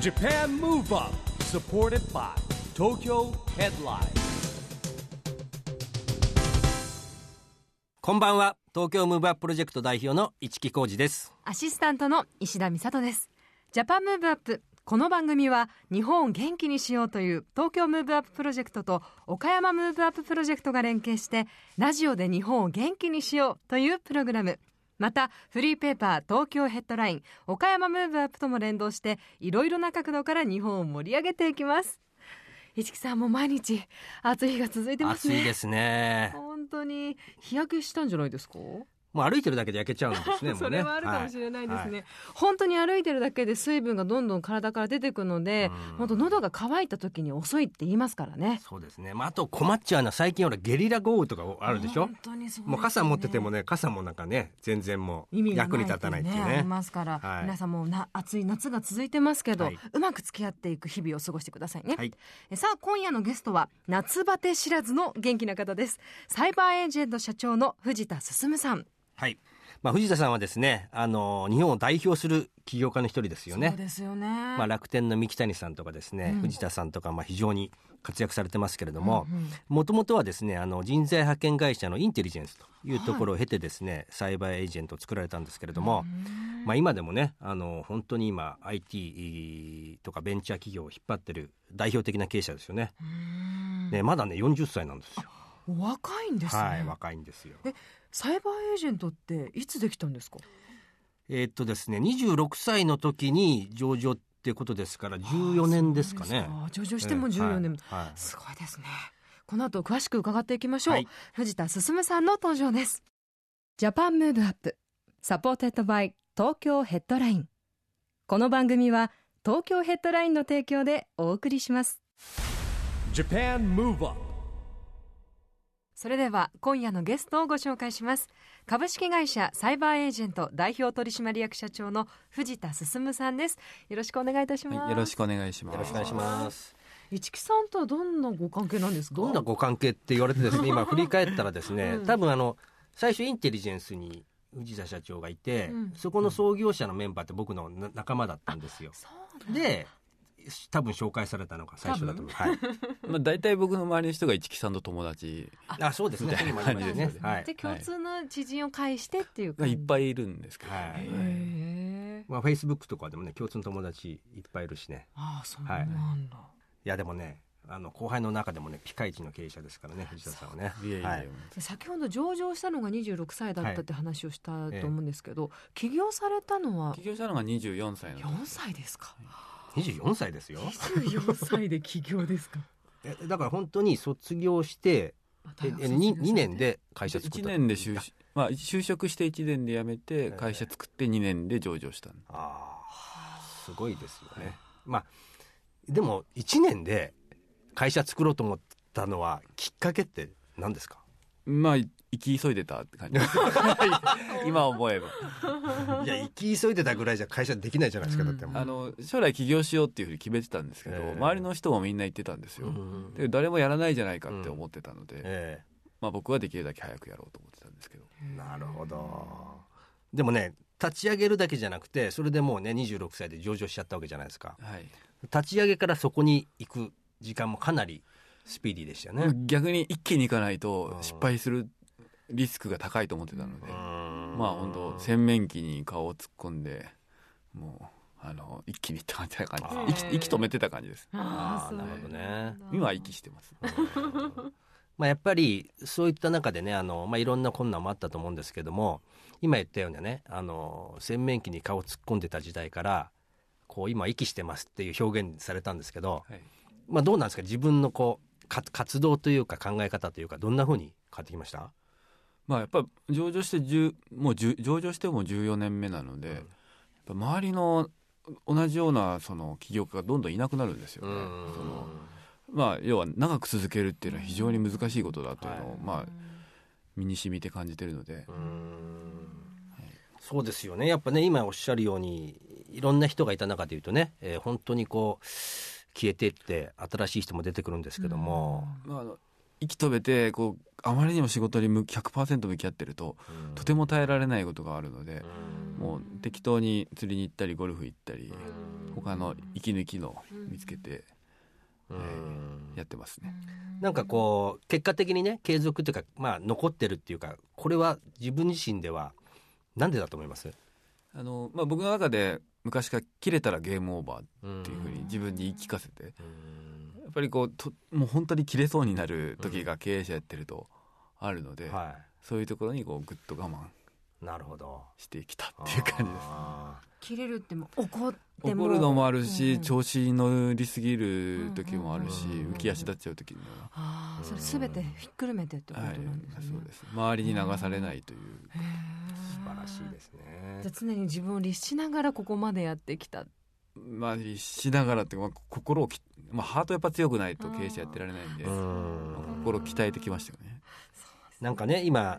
Japan Move Up supported by Tokyo Headline こんばんは東京ムーブアッププロジェクト代表の市木浩二ですアシスタントの石田美里です。ジャパンムーブアップ。この番組は日本を元気にしようという東京ムーブアッププロジェクトと岡山ムーブアッププロジェクトが連携してラジオで日本を元気にしようというプログラム。またフリーペーパー東京ヘッドライン岡山ムーブアップとも連動していろいろな角度から日本を盛り上げていきます。市木さんも毎日暑い日が続いてます暑ね。いですね本当に日焼けしたんじゃないですかもう歩いてるだけで焼けちゃうんですねもうね それはあるかもしれないですね、はは本当に歩いてるだけで水分がどんどん体から出てくのでうん本当喉が渇いた時に遅いって言いますからねそうですね、まあ、あと困っちゃうのは最近ほらゲリラ豪雨とかあるでしょ本当にそうですねもう傘持っててもね傘もなんかね全然もう意味が役に立たないっていうありねますから、はい皆さんもな暑い夏が続いてますけど、はいうまく付き合っていく日々を過ごしてくださいね、はいえさあ今夜のゲストは夏バテ知らずの元気な方ですサイバーエージェント社長の藤田進さんはい、まあ、藤田さんはですねあの日本を代表する起業家の一人ですよねそうですよね、まあ、楽天の三木谷さんとかですね、うん藤田さんとかまあ非常に活躍されてますけれどもうんうんもともとはですねあの人材派遣会社のインテリジェンスというところを経てですね、サイバーエージェントを作られたんですけれども、まあ、今でもねあの本当に今 IT とかベンチャー企業を引っ張ってる代表的な経営者ですよね。ねまだね40歳なんですよ。お若いんですね、はい若いんですよ。サイバーエージェントっていつできたんですかえーっとですね26歳の時に上場ってことですから14年ですかね。あ上場しても14年、はいはいすごいですねこの後詳しく伺っていきましょう、はい藤田進さんの登場ですジャパンムーブアップサポーテッドバイ東京ヘッドラインこの番組は東京ヘッドラインの提供でお送りします Japan Move Up それでは今夜のゲストをご紹介します株式会社サイバーエージェント代表取締役社長の藤田進さんですよろしくお願いいたします、はい、よろしくお願いします。よろしくお願いします。市木さんとはどんなご関係なんですかどんなご関係って言われてですね、今振り返ったらですね、うん多分あの、最初インテリジェンスに藤田社長がいて、うんそこの創業者のメンバーって僕のな仲間だったんですよ。そうなんだで、多分紹介されたのが最初だと思う。はい。まあ、大体僕の周りの人が市木さんと友達あ、そうですね。そういうのもありますよねそうですねはいで。共通の知人を介してっていうが感じいっぱいいるんですけど、はいはいへえまあ、Facebook とかでもね、共通の友達いっぱいいるしね。ああそうなんだ、いや、でもね、あの、後輩の中でもね、ピカイチの経営者ですからね、藤田さんはね。いえいえはい先ほど上場したのが26歳だったって話をしたと思うんですけど、起業されたのは起業したのが24歳なの4歳ですか24歳ですよ。 24歳で起業で すかえだから本当に卒業して、ええに2年で会社作っ1た年で就職,、まあ、就職して1年で辞めてえ会社作って2年で上場したのああすごいですよね、まあでも1年で会社作ろうと思ったのはきっかけって何ですかまあい生き急いでたって感じ 今思えばいや行き急いでたぐらいじゃ会社できないじゃないですか、うんだってもうあの将来起業しようっていうふうに決めてたんですけど、ええ周りの人もみんな言ってたんですよ、うんで誰もやらないじゃないかって思ってたので、えまあ、僕はできるだけ早くやろうと思ってたんですけどえなるほどでもね立ち上げるだけじゃなくてそれでもうね26歳で上場しちゃったわけじゃないですかはい立ち上げからそこに行く時間もかなりスピーディーでしたよね、逆に一気にいかないとうん失敗するリスクが高いと思ってたので、ままあ本当洗面器に顔を突っ込んでもうあの一気にいったみたいな感じですあー息息止めてた感じですああーなるほどね今は息してますまあ、やっぱりそういった中でねあの、まあ、いろんな困難もあったと思うんですけども今言ったようなねあの洗面器に顔突っ込んでた時代からこう今息してますっていう表現されたんですけど、はいまあ、どうなんですか自分のこうか活動というか考え方というかどんなふうに変わってきましたまあやっぱ上場して10もう10上場してもう14年目なので、うんやっぱ周りの同じようなその起業家がどんどんいなくなるんですよね。そのまあ要は長く続けるっていうのは非常に難しいことだというのを、はいまあ身に染みて感じてるので、そうですよねやっぱね今おっしゃるようにいろんな人がいた中で言うとね、えー本当にこう消えてって新しい人も出てくるんですけども、まあ、あの息止めてこうあまりにも仕事に向き100%向き合ってるととても耐えられないことがあるので、もう適当に釣りに行ったりゴルフ行ったり他の息抜きの見つけてうんやってますね。なんかこう結果的にね継続というかまあ残ってるっていうかこれは自分自身ではなんでだと思いますあのまあ、僕の中で昔から切れたらゲームオーバーっていうふうに自分に言い聞かせてやっぱりこうともう本当に切れそうになる時が経営者やってるとあるので、はそういうところにこうぐっと我慢いなるほどしてきたっていう感じです。あ切れるっても怒っても怒るのもあるうしん調子に乗りすぎる時もあるしうんうんうん浮き足立っちゃう時もああそれすべてひっくるめてってことはないんですね、そうです周りに流されないというー素晴らしいですねじゃあ常に自分を律しながらここまでやってきたまあしながらっていうかまあ心をきまあハートやっぱ強くないと経営者やってられないんでうまんあ心を鍛えてきましたよねなんかね今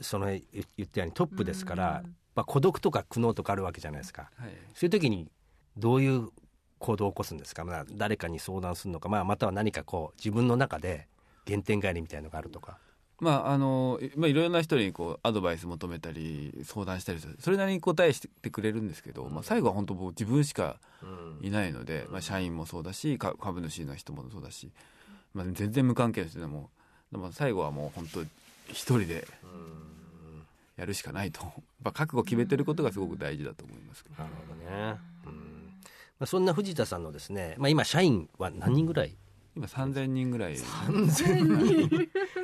その言言ったようにトップですから、うんまあ、孤独とか苦悩とかあるわけじゃないですかはいそういう時にどういう行動を起こすんですか、まあ、誰かに相談するのか、まあ、または何かこう自分の中で原点返りみたいのがあるとか、まああのいまあいろんな人にこうアドバイス求めたり相談したりするそれなりに答えしてくれるんですけどまあ最後は本当僕自分しかいないので、まあ、社員もそうだしか株主の人もそうだし、まあ、全然無関係の人でもでも最後はもう本当一人でやるしかないと、まあ、覚悟決めてることがすごく大事だと思いますけどなるほどね、うんまあ、そんな藤田さんのですね、まあ、今社員は何人ぐらい今3000人ぐらい、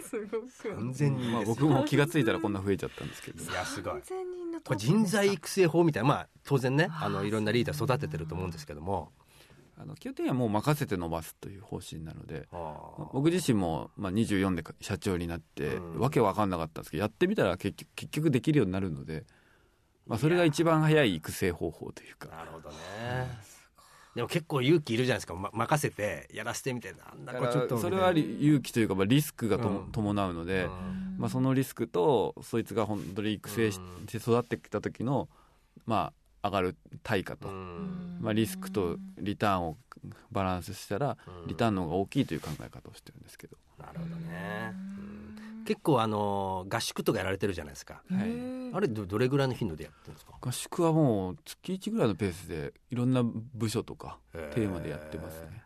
すごく完全まあ、僕も気がついたらこんな増えちゃったんですけどいやすごい全人のこトれップですか人材育成法みたいなまあ当然ねあーあのいろんなリーダー育ててると思うんですけどもあの基本的にはもう任せて伸ばすという方針なので。あ僕自身も、まあ、24で社長になって、うんわけわかんなかったんですけどやってみたら結局結局できるようになるので、まあ、それが一番早い育成方法というーかなるほどねでも結構勇気いるじゃないですか、ま、任せてやらせてみたいななんだこれちょっとそれはり勇気というか、まあ、リスクがとも、うん伴うので、うんまあ、そのリスクとそいつが本当に育成しうんして育ってきた時の、まあ、上がる対価と、まあ、リスクとリターンをバランスしたらリターンの方が大きいという考え方をしてるんですけど、なるほどね、うん結構あの合宿とかやられてるじゃないですかはいあれどどれぐらいの頻度でやってるんですか合宿はもう月1ぐらいのペースでいろんな部署とかテーマでやってますね。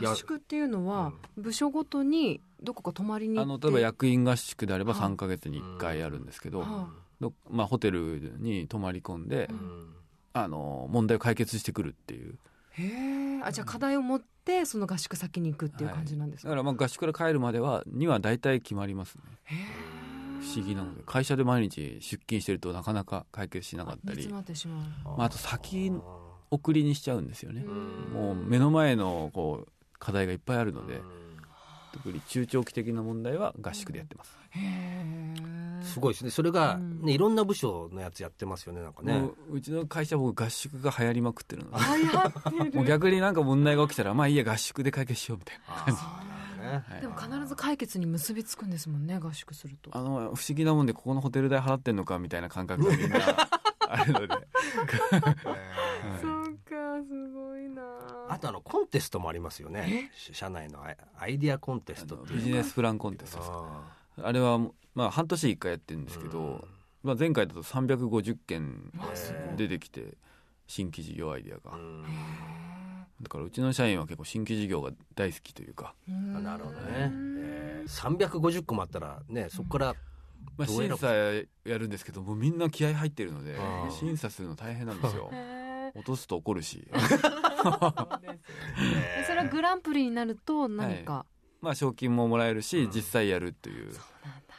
いや合宿っていうのは部署ごとにどこか泊まりにあ行っのて例えば役員合宿であればはい3ヶ月に1回あるんですけど、はどまあ、ホテルに泊まり込んで、うんあの問題を解決してくるっていういへえあじゃあ課題を持ってその合宿先に行くっていう感じなんですかだからまあ合宿から帰るまではには大体決まりますねへえ不思議なので会社で毎日出勤してるとなかなか解決しなかっ煮たり詰まってしまうまあ、あと先送りにしちゃうんですよねんもう目の前のこう課題がいっぱいあるのうでん特に中長期的な問題は合宿でやってます、へえすごいですねそれが、うんね、いろんな部署のやつやってますよねなんかね、もううちの会社は僕合宿が流行りまくってる ので流行ってもうる逆になんか問題が起きたらまあいいや合宿で解決しようみたいな感じねはいでも必ず解決に結びつくんですもんね合宿するとあの不思議なもんでここのホテル代払ってんのかみたいな感覚がみん なあるので、そうかすごいなあとあのコンテストもありますよねし社内のアイアイディアコンテストっていうビジネスプランコンテストですかああれはもう、まあ、半年1回やってるんですけど、まあ、前回だと350件わすごい出てきて新規事業アイデアがーうんだからうちの社員は結構新規事業が大好きというか、あなるほどね、えー、350個もあったらねそこからまあ、どうやら審査やるんですけどもうみんな気合入ってるのであー審査するの大変なんですよへ落とすと怒 るしえそれはグランプリになると何か、まあ賞金ももらえるし実際やるという、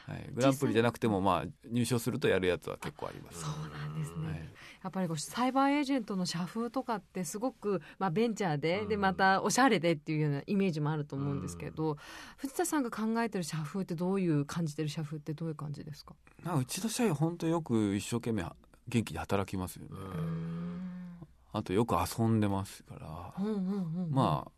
はい、グランプリじゃなくてもまあ入賞するとやるやつは結構あります、そうなんですね、はいやっぱりこうサイバーエージェントの社風とかってすごく、まあ、ベンチャーで,、でまたおしゃれでっていうようなイメージもあると思うんですけど、藤田さんが考えてる社風ってどういう感じてる社風ってどういう感じですかなんかうちの社員本当によく一生懸命元気に働きますよね、あとよく遊んでますから、うんうんうんまあ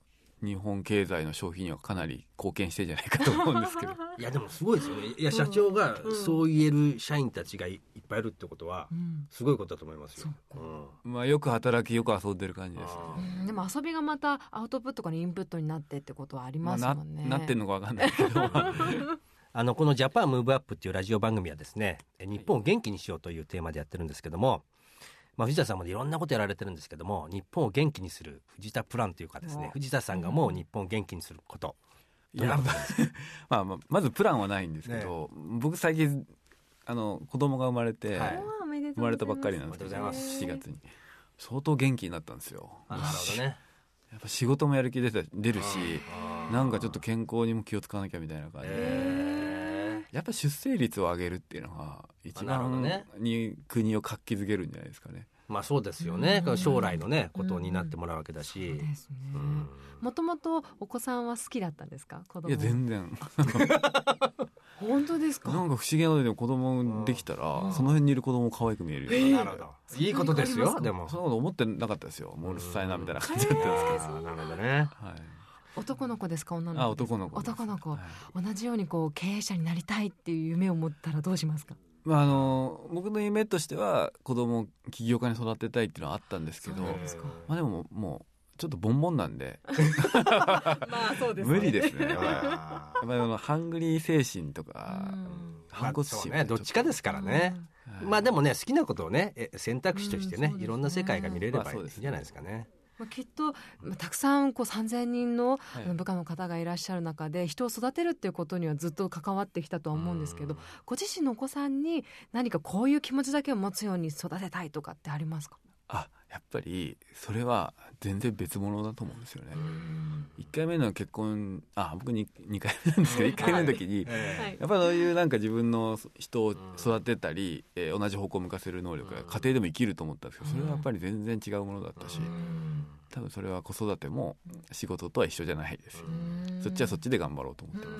日本経済の消費にはかなり貢献してんじゃないかと思うんですけど いやでもすごいですよねいや社長がそう言える社員たちがいいっぱいいるってことはうんすごいことだと思いますよ、うんまあよく働きよく遊んでる感じですねあうんでも遊びがまたアウトプットからインプットになってってことはありままあ、すなもんね。なってんのかわかんな いけどあのこの「ジャパンムーブアップっていうラジオ番組はですねえ日本を元気にしようというテーマでやってるんですけども、まあ、藤田さんもいろんなことやられてるんですけども日本を元気にする藤田プランというかですねお藤田さんがもう日本を元気にすることい やまあまあ、まあ、まずプランはないんですけど、僕最近あの子供が生まれて、はいおめでとうございま生すまれたばっかりなんですけおめでとどうございます7月に相当元気になったんですよあなるほどねやっぱ仕事もやる気出た出るしなんかちょっと健康にも気を使わなきゃみたいな感じで、えやっぱ出生率を上げるっていうのが一なるほど番ねに国を活気づけるんじゃないですかね。まあそうですよね将来のねことになってもらうわけだし、そうですねうんもともとお子さんは好きだったんですか子供いや全然本当ですなんかか不思議なのでも子供できたらその辺にいる子供可愛く見えるよ、なるほどいいことですよでもそんなこと思ってなかったですよもううるさいなみたいな感じだったんですけど、あーなるほどねはい、男の子ですか女のあ子ですか男の子です男の子、はい同じようにこう経営者になりたいっていう夢を持ったらどうしますかまあ、あの僕の夢としては子供を起業家に育てたいっていうのはあったんですけどそうなんまですかあ、でももうちょっとボンボンなんでまあそう無理ですね、はいやっあぱりあのハングリー精神とか、反骨まあそう心、ねどっちかですすからねはいまあでもね好きなことをねえ選択肢としてね,、うんそうですねいろんな世界が見れれまばあいいそうでんすねじゃないですかね。まあ、きっと、まあ、たくさんこう3,000人のいあの部下の方がいらっしゃる中で人を育てるっていうことにはずっと関わってきたとは思うんですけどご自身のお子さんに何かこういう気持ちだけを持つように育てたいとかってありますかあやっぱりそれは全然別物だと思うんですよね。1回目の結婚あ僕に2回目なんですけど1回目の時にはいやっぱりそういうなんか自分の人を育てたり、えー同じ方向を向かせる能力が家庭でも生きると思ったんですけどそれはやっぱり全然違うものだったし多分それは子育ても仕事とは一緒じゃないです。そっちはそっちで頑張ろうと思ってます。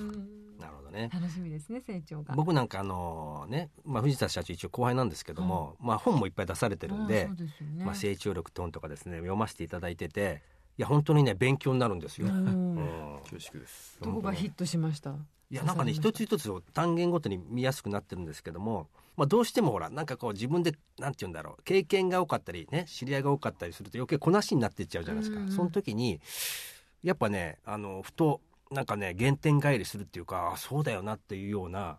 なるほどね。楽しみですね成長が。僕なんかあのね、まあ、藤田社長一応後輩なんですけども、まあ、本もいっぱい出されてるんでああそうですよ「ねまあ、成長力トン」とかですね読ませていただいてていや本当にね勉強になるんですよ。うんうん恐縮ですどこがヒットしましたいやなんかね一つ一つを単元ごとに見やすくなってるんですけども、まあ、どうしてもほらなんかこう自分でなんて言うんだろう経験が多かったりね知り合いが多かったりすると余計こなしになっていっちゃうじゃないですか、うんうんその時にやっぱねあのふとなんかね原点返りするっていうかあそうだよなっていうような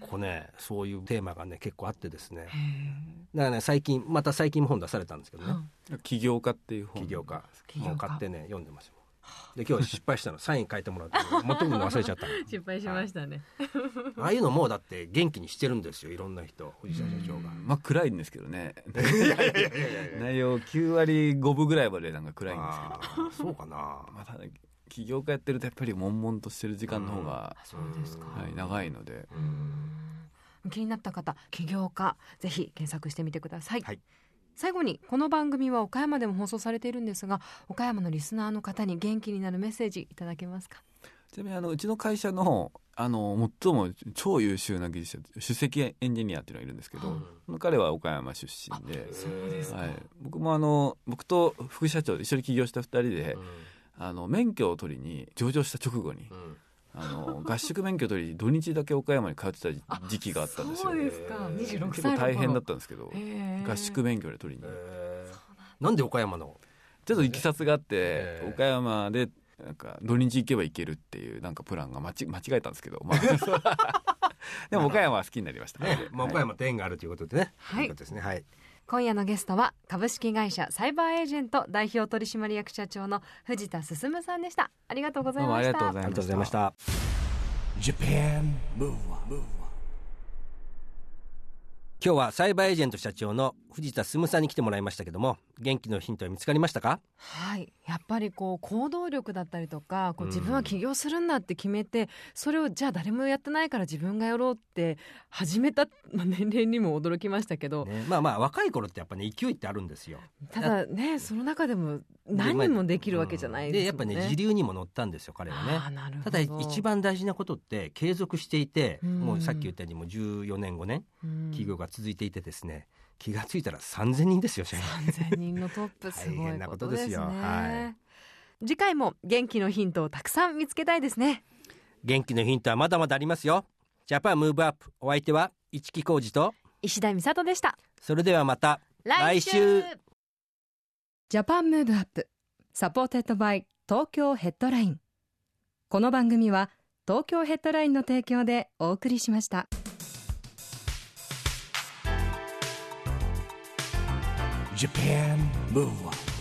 こうねそういうテーマがね結構あってですねだからね最近また最近も本出されたんですけどね起業家っていう「起本業家」起業家もう買ってね読んでますよで今日失敗したのサイン書いてもらって持ってくるの忘れちゃ ったの失敗しましたね。ああいうのもだって元気にしてるんですよいろんな人藤田社長が。まあ暗いんですけどね 内容9割5分ぐらいまでなんか暗いんですけどあーそうかな。まあ、ただ起業家やってるとやっぱり悶々としてる時間の方が、そうですか。はい、長いので、気になった方起業家ぜひ検索してみてください、はい最後にこの番組は岡山でも放送されているんですが岡山のリスナーの方に元気になるメッセージいただけますかちなみにあのうちの会社のあの最も超優秀な技術者首席エンジニアっていうのがいるんですけど、彼は岡山出身で。そうですはい、僕もあの僕と副社長で一緒に起業した2人で、あの免許を取りに上場した直後に、あの合宿免許取りに土日だけ岡山に通ってた時時期があったんですよそうですか二十六結歳構の頃大変だったんですけどへー合宿免許で取りにえーなんで岡山の。ちょっといきさつがあって、ええ岡山でなんか土日行けば行けるっていうなんかプランが間ち間違えたんですけど、 まあ、 でも岡山は好きになりました、ね、まあ、はい岡山と縁があるということでね。はいとうことですね。はい。今夜のゲストは株式会社サイバーエージェント代表取締役社長の藤田進さんでしたありがとうございどうもまありしがとうたございましたありがとうございました。 Japan Move Up 今日はサイバーエージェント社長の藤田進さんに来てもらいましたけども、元気のヒントは見つかりましたか。はい、やっぱりこう行動力だったりとかこう自分は起業するんだって決めて、それをじゃあ誰もやってないから自分がやろうって始めた まあ年齢にも驚きましたけど、ね、まあまあ、若い頃ってやっぱね、勢いってあるんですよ。ただねその中でも何人もできるわけじゃないで、でやすっもぱんね。ね、時流にも乗ったんですよ、彼はね。あーなるほたどだ一番大事なことって継続していて、うんもうさっき言ったようにもう14年5年うん企業が続いていてですね、気がついたら3,000人ですよ 社員3000人のトップす 大ごい変なここととでですすね。よは次回も元気のヒントをたくさん見つけたいですね。元気のヒントはまだまだありますよジャパンムーブアップお相手は市木浩二と石田美里でした。それではまた来週ジャパンムーブアップサポーテッドバイ東京ヘッドラインこの番組は東京ヘッドラインの提供でお送りしました Japan Move Up